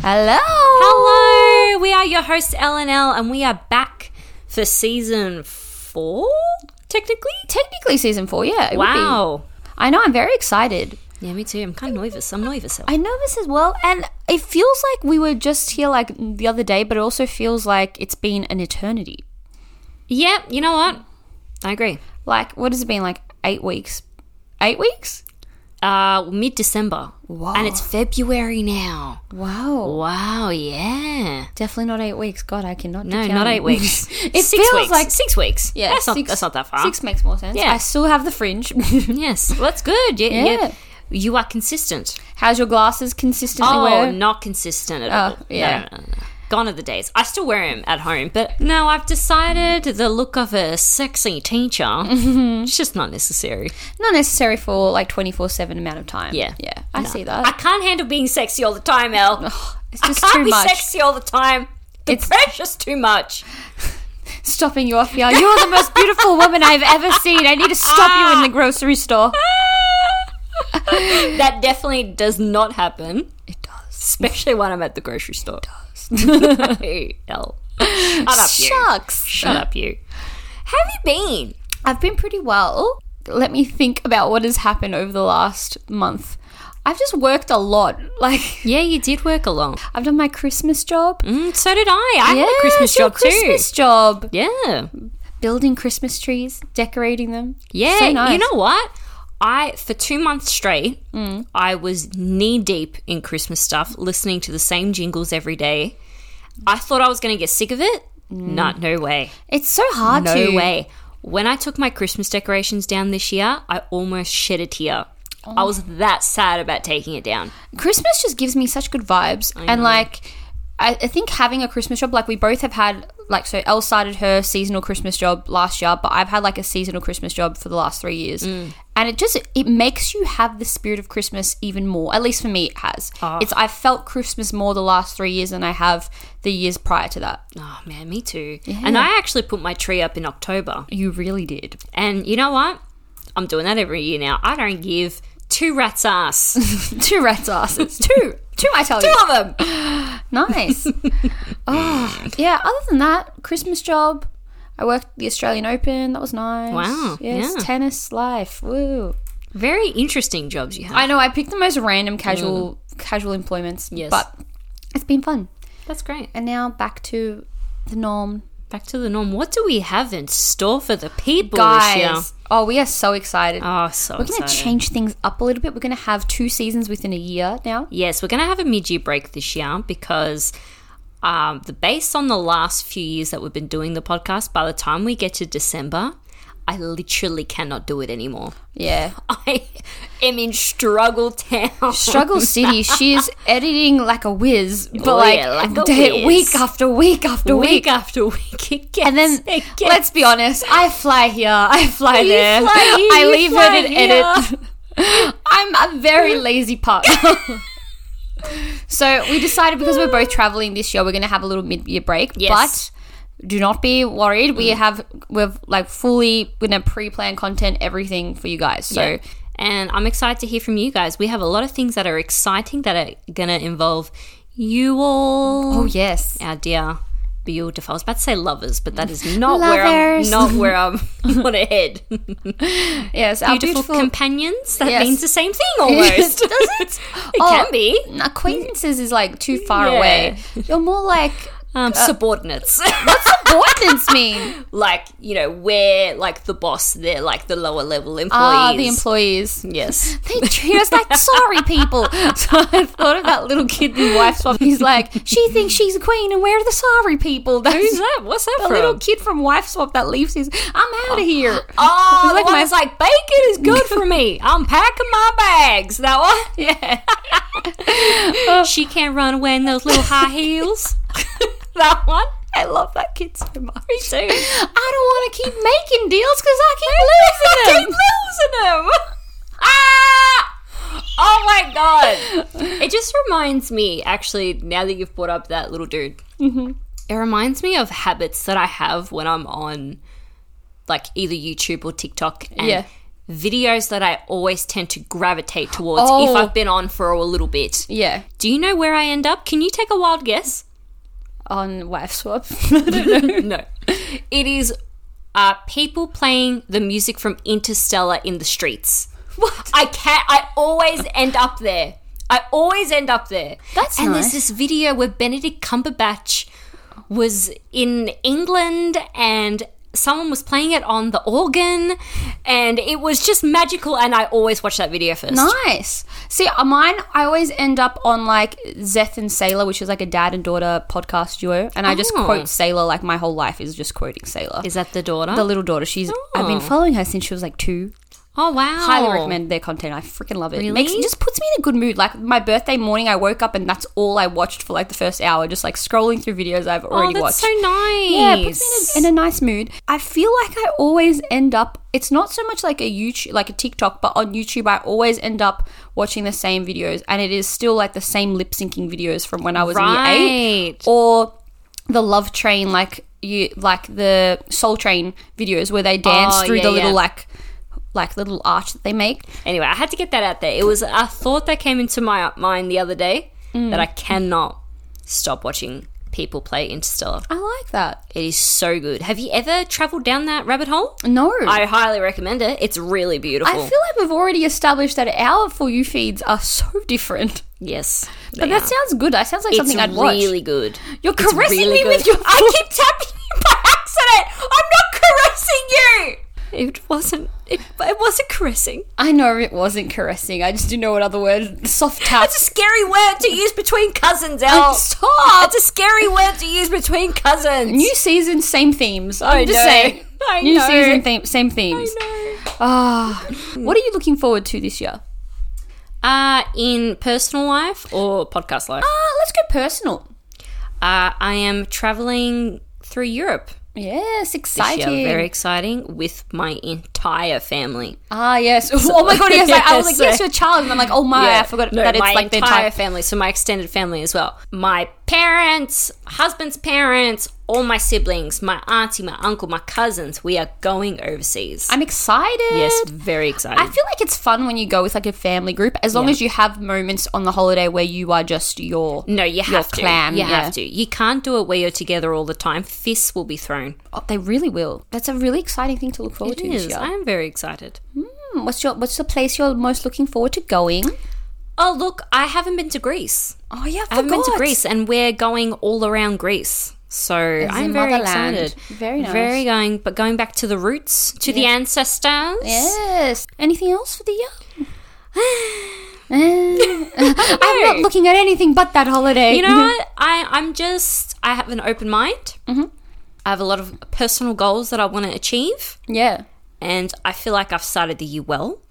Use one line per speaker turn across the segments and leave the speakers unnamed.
Hello.
Hello, we are your hosts Ellen L, and we are back for season four, technically.
Technically, season four. Yeah. it would be.
Wow.
I know. I'm very excited.
Yeah, me too. I'm kind of nervous. I'm nervous.
I'm nervous as well, and it feels like we were just here like the other day, but it also feels like it's been an eternity.
Yeah, you know what? I agree.
Like, what has it been? Like eight weeks. Eight weeks.
Uh, Mid December.
Wow.
And it's February now.
Wow.
Wow, yeah.
Definitely not eight weeks. God, I cannot.
No,
do
not
counting.
eight weeks.
it
six
feels
weeks.
like
six weeks.
yeah.
that's not,
six-
that's not that far.
Six makes more sense.
Yeah.
I still have the fringe.
Yes, well, that's good. You,
Yeah.
you, you are consistent.
How's your glasses consistently
Oh,
wear?
not consistent at
Oh,
all.
yeah.
No, no, no, no. Gone are the days. I still wear them at home, but no, I've decided the look of a sexy teacher,
Mm-hmm.
it's just not necessary.
Not necessary for like twenty four seven amount of time.
Yeah.
Yeah. I see that.
I can't handle being sexy all the time, El.
it's
I
just
can't
too
be
much.
sexy all the time. The
It's-
pressure's too much.
Stopping you off here. You're the most beautiful woman I've ever seen. I need to stop you
Ah.
in the grocery store.
that definitely does not happen,
It does.
especially when I'm at the grocery store. El. Shut up, you.
Shucks.
Shut up, you. How have you been?
I've been pretty well. Let me think about what has happened over the last month. I've just worked a lot. Like
Yeah, you did work along.
I've done my Christmas job.
Mm, so did I. I had a
Yes,
Christmas
your
job
Christmas job.
too. Yeah.
Building Christmas trees, decorating them.
Yeah.
So nice.
You know what? I for two months straight,
Mm.
I was knee deep in Christmas stuff, listening to the same jingles every day. I thought I was going to get sick of it.
Mm.
Not no way.
It's so hard
No
to eh?
way. When I took my Christmas decorations down this year, I almost shed a tear.
Oh.
I was that sad about taking it down.
Christmas just gives me such good vibes, and like I, I think having a Christmas job, like we both have had, like so Elle started her seasonal Christmas job last year, but I've had like a seasonal Christmas job for the last three years, and it just it makes you have the spirit of Christmas even more. At least for me, it has. It's I've felt Christmas more the last three years than I have the years prior to that.
Oh man, me too. And I actually put my tree up in October.
You really did.
And you know what? I'm doing that every year now. I don't give two rats ass.
Two rats asses. Two. Two, I tell you.
Two of them.
Nice. oh, yeah. Other than that, Christmas job. I worked the Australian Open. That was nice.
Wow,
Yes,
yeah.
tennis life. Woo.
Very interesting jobs you have.
I know. I picked the most random casual casual employments.
Yes.
but it's been fun.
That's great.
And now back to the norm,
Back to the norm. What do we have in store for the people this year?
guys. Oh, we are so excited.
Oh, so
We're gonna
excited.
change things up a little bit. We're gonna have two seasons within a year now.
Yes, we're going to have a mid-year break this year because um, the based on the last few years that we've been doing the podcast, by the time we get to December, I literally cannot do it anymore.
Yeah.
I am in struggle town.
Struggle City. she is editing like a whiz, but
Oh,
like,
yeah, like a whiz.
day- week after week after
week,
week.
after week it gets
And then
it gets-
let's be honest, I fly here, I fly
You
there,
fly here,
I
you
leave
fly
it and edit. I'm a very lazy pup. so we decided because we're both traveling this year, we're going to have a little mid-year break.
Yes. Mm.
But do not be worried. We have we've like fully we're gonna pre-plan content, everything for you guys. So
Yeah. and I'm excited to hear from you guys. We have a lot of things that are exciting that are gonna involve you all,
oh yes,
our dear beautiful. I was about to say lovers, but that is not where I'm
Lovers.
not where I'm want to head.
yes, our
Beautiful, companions. That
Yes.
means the same thing almost.
Does it? Oh,
It can be.
Acquaintances is like too far
Yeah.
away. You're more like
Um,
Uh,
subordinates,
subordinates mean.
like you know, we're like the boss. They're like the lower level employees.
Ah, the employees.
yes.
They treat us like sorry people. So I thought of that little kid in wife swap. He's like, she thinks she's a queen, and we're the sorry people. That's
Who's that? What's that
the
from?
little kid from wife swap that leaves his. I'm out of here.
Oh,
It's
the
like
one
my-
that's like bacon is good for me. I'm packing my bags. That one, yeah. she can't run away in those little high heels. that one,
I love that kid so much.
me too.
I don't want to keep making deals because I keep losing them.
Losing them. ah! Oh my god! It just reminds me, actually, now that you've brought up that little dude, it reminds me of habits that I have when I'm on, like either YouTube or TikTok, and
Yeah.
videos that I always tend to gravitate towards
Oh.
if I've been on for a little bit.
Yeah.
Do you know where I end up? Can you take a wild guess?
On wife swap.
no. It is uh, people playing the music from Interstellar in the streets.
what?
I can't. I always end up there. I always end up there.
That's
and there's
nice.
this video where Benedict Cumberbatch was in England and someone was playing it on the organ and it was just magical and I always watch that video first.
Nice. See, uh, mine, I always end up on like Zeth and Sailor, which is like a dad and daughter podcast duo. And I just
Oh.
quote Sailor, like my whole life is just quoting Sailor.
Is that the daughter?
the little daughter, she's, I've been
Oh.
following her since she was like two.
oh wow.
Highly recommend their content. I freaking love it. It makes
Really?
it just puts me in a good mood. Like my birthday morning, I woke up and that's all I watched for like the first hour, just like scrolling through videos I've
Oh,
already
that's
watched.
so nice.
Yeah, it puts me in a, in a nice mood. I feel like I always end up. It's not so much like a YouTube, like a TikTok, but on YouTube, I always end up watching the same videos, and it is still like the same lip syncing videos from when I was in year eight,
Right.
or the Love Train, like you, like the Soul Train videos where they dance
Oh,
through
yeah,
the little
yeah.
like, like little arch that they make.
Anyway, I had to get that out there. It was a thought that came into my mind the other day that I cannot stop watching people play Interstellar.
I like that.
It is so good. Have you ever traveled down that rabbit hole?
No.
I Oh. highly recommend it. It's really beautiful.
I feel like we've already established that our For You feeds are so different.
yes.
But
they
that sounds good. That sounds like
are.
something
it's
I'd watch.
really good.
You're
It's
caressing
really
me
good.
with your.
I keep tapping you by accident. I'm not caressing you. It wasn't. It, it wasn't caressing.
I know it wasn't caressing. I just didn't know what other word. Soft tap.
It's a scary word to use between cousins,
Oh,
Elle.
Stop.
It's a scary word to use between cousins.
New season, same themes.
I
I'm just
know.
saying.
I
New
know.
season, theme, same themes.
know.
Ah, what are you looking forward to this year?
Uh, in personal life or podcast life?
Ah, let's go personal.
Uh, I am traveling through Europe
Yes,
this
exciting.
year. Very exciting with my entire family.
ah, yes. oh my god, yes. Like, I was like, yes,
Yes.
your child, and I'm like, oh my, I forgot
No,
that it's
my
like the
entire
entire.
family. So my extended family as well. My parents, husband's parents, all my siblings, my auntie, my uncle, my cousins. We are going overseas.
I'm excited.
yes, very excited.
I feel like it's fun when you go with like a family group, as long as you have moments on the holiday where you are just your
no, you
your
have to.
clan,
you
yeah.
have to. You can't do it where you're together all the time. Fists will be thrown.
Oh, they really will. That's a really exciting thing to look forward to this year.
I am very excited.
Hmm, What's your What's the place you're most looking forward to going?
Oh, look, I haven't been to Greece.
Oh yeah,
I haven't been to Greece, and we're going all around Greece. So I'm
the
very
motherland.
excited.
Very nice.
Very going, but going back to the roots, to the ancestors.
Yes. Anything else for the year? Eh. I'm not
No.
looking at anything but that holiday.
You know what? I, I'm just, I have an open mind.
Mm-hmm.
I have a lot of personal goals that I want to achieve,
Yeah.
and I feel like I've started the year well.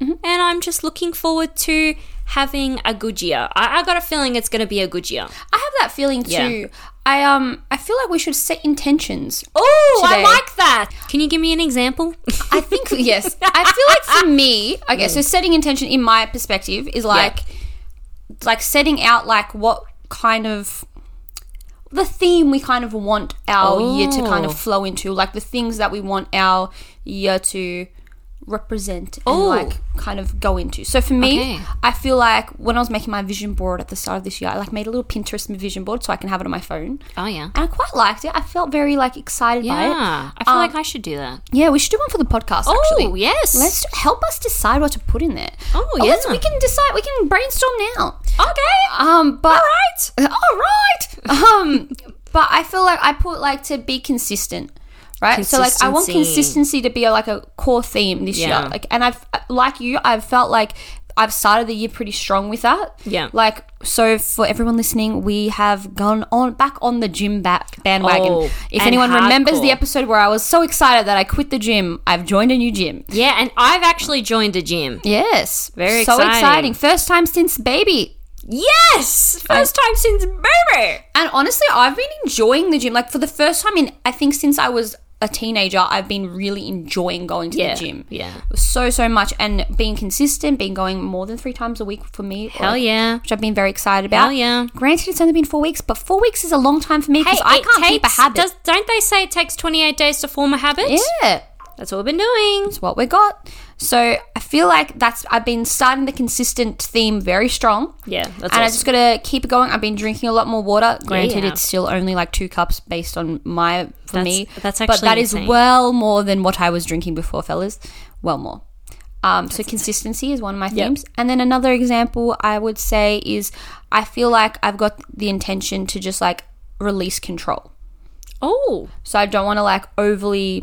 Mm-hmm.
And I'm just looking forward to having a good year. I, I got a feeling it's going to be a good year.
I have that feeling too.
Yeah.
I um I feel like we should set intentions.
Oh, I
Today.
like that. Can you give me an example?
I think yes. I feel like for me, okay,
Mm.
so setting intention in my perspective is like like setting out like what kind of the theme we kind of want our year to kind
Oh.
of flow into, like the things that we want our year to represent and
Oh.
like kind of go into. So for me,
Okay.
I feel like when I was making my vision board at the start of this year, I like made a little Pinterest vision board so I can have it on my phone.
Oh yeah.
And I quite liked it. I felt very like excited by it.
Yeah, I feel like I should do that.
Yeah, we should do one for the podcast actually.
oh yes.
Let's do- help us decide what to put in there.
Oh,
let's-
yeah.
we can decide. We can brainstorm now.
okay.
Um, but all right, all right. Um, but I feel like I put like to be consistent, right? So like I want
Consistency.
consistency to be like a core theme this
Yeah.
year. Like, and I've like you, I've felt like I've started the year pretty strong with that.
Yeah.
Like so, for everyone listening, we have gone on back on the gym ba- bandwagon.
Oh,
if
and
anyone remembers the
hardcore.
episode where I was so excited that I quit the gym, I've joined a new gym.
Yeah, and I've actually joined a gym.
Yes.
Very
so
exciting.
exciting. First time since baby.
Yes, first time since baby.
And honestly, I've been enjoying the gym. Like for the first time in I think since I was a teenager, I've been really enjoying going to
Yeah,
the gym.
yeah.
So so much and being consistent, being going more than 3 times a week for me.
Hell
like,
yeah.
Which I've been very excited about.
Hell yeah.
Granted, it's only been four weeks, but four weeks is a long time for me because I
it
can't keep a
takes-
habit.
Does, don't they say it takes 28 days to form a habit?
yeah,
That's what we've been doing.
It's what we got. So I feel like that's I've been starting the consistent theme very strong.
Yeah,
and
that's
I
awesome.
just gotta keep it going. I've been drinking a lot more water. Granted,
Yeah.
it's still only like two cups based on my for
That's-
me.
that's
but
actually
that is
insane.
well more than what I was drinking before, fellas. Well more. Um, so consistency is one of my themes, and then another example I would say is I feel like I've got the intention to just like release control.
oh,
So I don't want to like overly.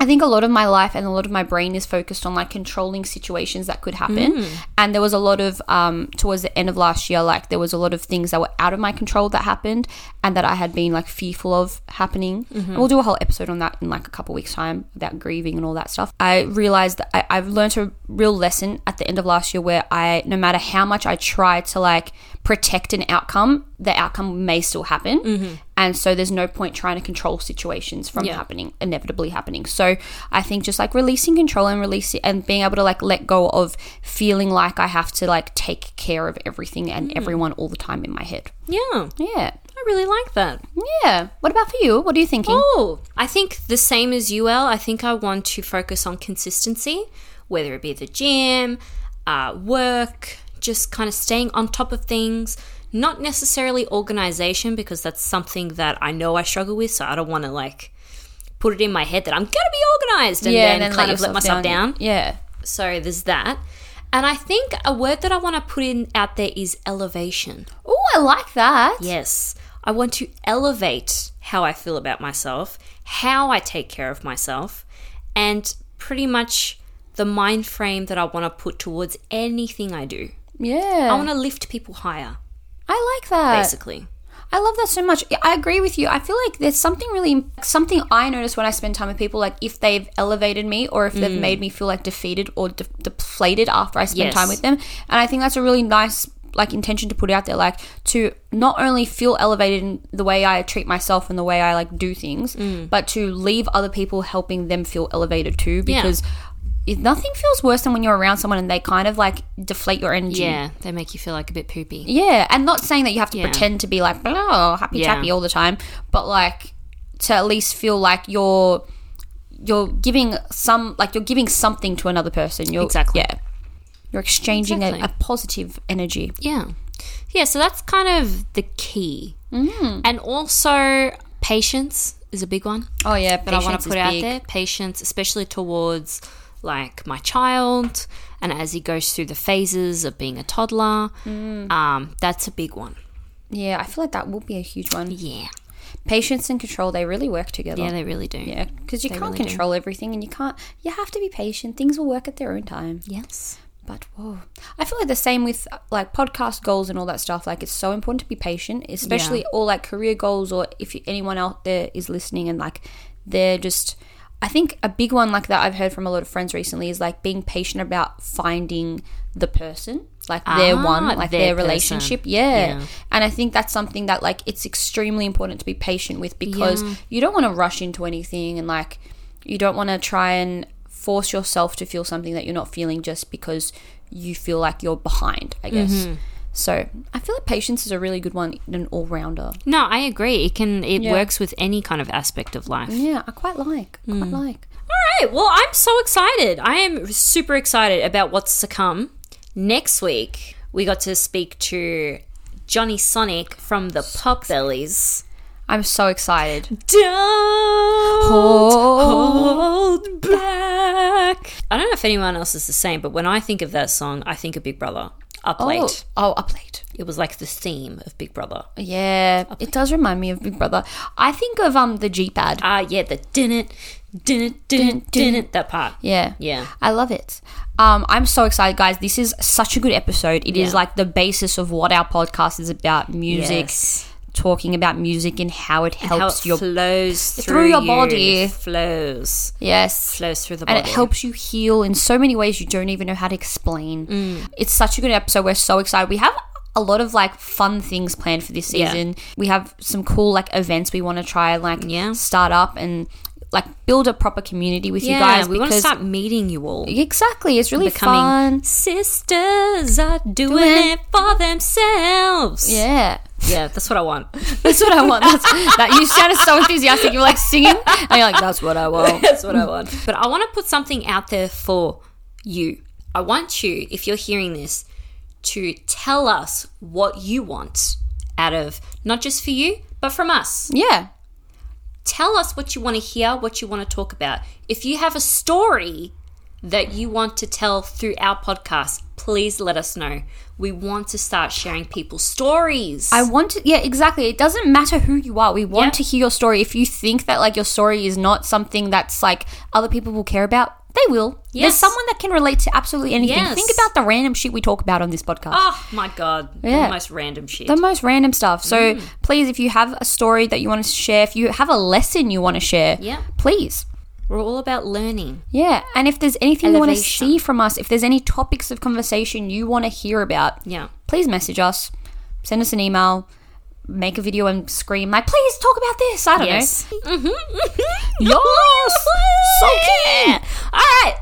I think a lot of my life and a lot of my brain is focused on like controlling situations that could happen. And there was a lot of, um, towards the end of last year, like there was a lot of things that were out of my control that happened and that I had been like fearful of happening. And we'll do a whole episode on that in like a couple weeks' time about grieving and all that stuff. I realized that I, I've learned a real lesson at the end of last year where I, no matter how much I try to like protect an outcome, the outcome may still happen. And so there's no point trying to control situations from
Yeah.
happening, inevitably happening. So I think just like releasing control and releasing and being able to like let go of feeling like I have to like take care of everything and everyone all the time in my head.
Mm. yeah, I
Yeah.
really like that.
Yeah. What about for you? What are you thinking?
Oh, I think the same as you, El. I think I want to focus on consistency, whether it be the gym, uh, work, just kind of staying on top of things. Not necessarily organization, because that's something that I know I struggle with, so I don't want to like put it in my head that I'm going to be organized and then, kind of let myself down.
Yeah.
So there's that. And I think a word that I want to put in out there is elevation.
Oh, I like that.
Yes, I want to elevate how I feel about myself, how I take care of myself, and pretty much the mind frame that I want to put towards anything I do.
Yeah.
I want to lift people higher,
I like that.
basically.
I love that so much. Yeah, I agree with you. I feel like there's something really something I notice when I spend time with people. Like if they've elevated me or if they've made me feel like defeated or de- deflated after I spend
Yes.
time with them, and I think that's a really nice like intention to put out there. Like to not only feel elevated in the way I treat myself and the way I like do things, but to leave other people helping them feel elevated too. Because if nothing feels worse than when you're around someone and they kind of like deflate your energy.
Yeah, they make you feel like a bit poopy.
Yeah, and not saying that you have to
Yeah.
pretend to be like blah happy
Yeah.
chappy all the time, but like to at least feel like you're you're giving some like you're giving something to another person. You're
Exactly.
yeah. You're exchanging
Exactly.
a, a positive energy.
Yeah. Yeah, so that's kind of the key. Mm. And also, patience is a big one.
Oh yeah, but
that I want to put out there. Patience, especially towards like my child, and as he goes through the phases of being a toddler, um, that's a big one.
Yeah, I feel like that will be a huge one.
Yeah,
Patience and control, they really work together.
Oh, yeah, they really do.
Yeah, because you
They
can't
really do.
control everything, and you can't. You have to be patient. Things will work at their own time.
Yes.
But whoa, I feel like the same with like podcast goals and all that stuff. Like it's so important to be patient, especially
Yeah.
or like career goals, or if you- anyone out there is listening and like they're just. I think a big one like that I've heard from a lot of friends recently is like being patient about finding the person, like their
Ah,
one, like
their
their,
person.
relationship. Yeah.
Yeah.
And I think that's something that like it's extremely important to be patient with because you don't want to rush into anything and like you don't want to try and force yourself to feel something that you're not feeling just because you feel like you're behind, I guess. So, I feel like patience is a really good one and an all-rounder.
No, I agree. It can. It
Yeah.
works with any kind of aspect of life.
Yeah, I quite like. I Quite like.
All right. Well, I'm so excited. I am super excited about what's to come next week. We got to speak to Johnny Sonic from the Pop Bellies.
I'm so excited.
Don't
Hold
hold back. I don't know if anyone else is the same, but when I think of that song, I think of Big Brother. Up late.
Oh, oh, up late.
It was like the theme of Big Brother.
Yeah, it does remind me of Big Brother. I think of um the Jeep ad.
Ah, yeah, the didn't, didn't, didn't, didn't, that part.
Yeah.
Yeah.
I love it. Um, I'm so excited, guys. This is such a good episode. It is
Yeah.
like the basis of what our podcast is about music,
Yes.
talking about music and how it helps
How it
your.
flows through,
through your
you.
body.
It flows.
yes.
Flows through the body.
And it helps you heal in so many ways you don't even know how to explain.
Mm.
It's such a good episode. We're so excited. We have a lot of like fun things planned for this
Yeah.
season. We have some cool like events we want to try and like
Yeah.
start up and like build a proper community with you guys
we want to start meeting you all.
exactly it's really
Becoming
fun.
sisters are doing it for themselves.
Yeah.
yeah, that's what I want.
That's what I want. That's, that you sounded so enthusiastic. You were like singing, and you're like, "That's what I want."
That's what I want. But I want to put something out there for you. I want you, if you're hearing this, to tell us what you want out of not just for you, but from us.
Yeah,
Tell us what you want to hear, what you want to talk about. If you have a story that you want to tell through our podcast, please let us know. We want to start sharing people's stories.
I want to. Yeah, exactly. It doesn't matter who you are. We want
Yeah.
to hear your story. If you think that like your story is not something that's like other people will care about, they will. There's
Yes.
someone that can relate to absolutely anything.
Yes.
Think about the random shit we talk about on this podcast.
oh my god,
Yeah.
the most random shit.
the most random stuff. So please, if you have a story that you want to share, if you have a lesson you want to share,
Yeah.
please.
We're all about learning.
Yeah. And if there's anything you want to
Elevation.
see from us, if there's any topics of conversation you want to hear about,
Yeah.
please message us, send us an email, make a video and scream like, please talk about this. I don't
Yes.
know. Yes. so
Yeah.
cute.
All right.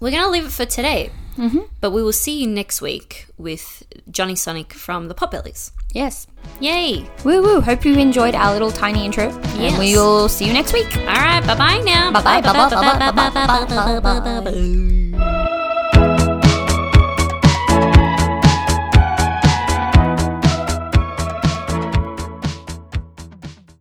We're going to leave it for today. But we will see you next week with Johnny Sonic from the Pop Bellies.
Yes.
Yay.
Woo woo. Hope you enjoyed our little tiny intro.
Yes.
And we will see you next week.
All right. Bye bye now.
Bye-bye, bye-bye, bye-bye,
bye bye.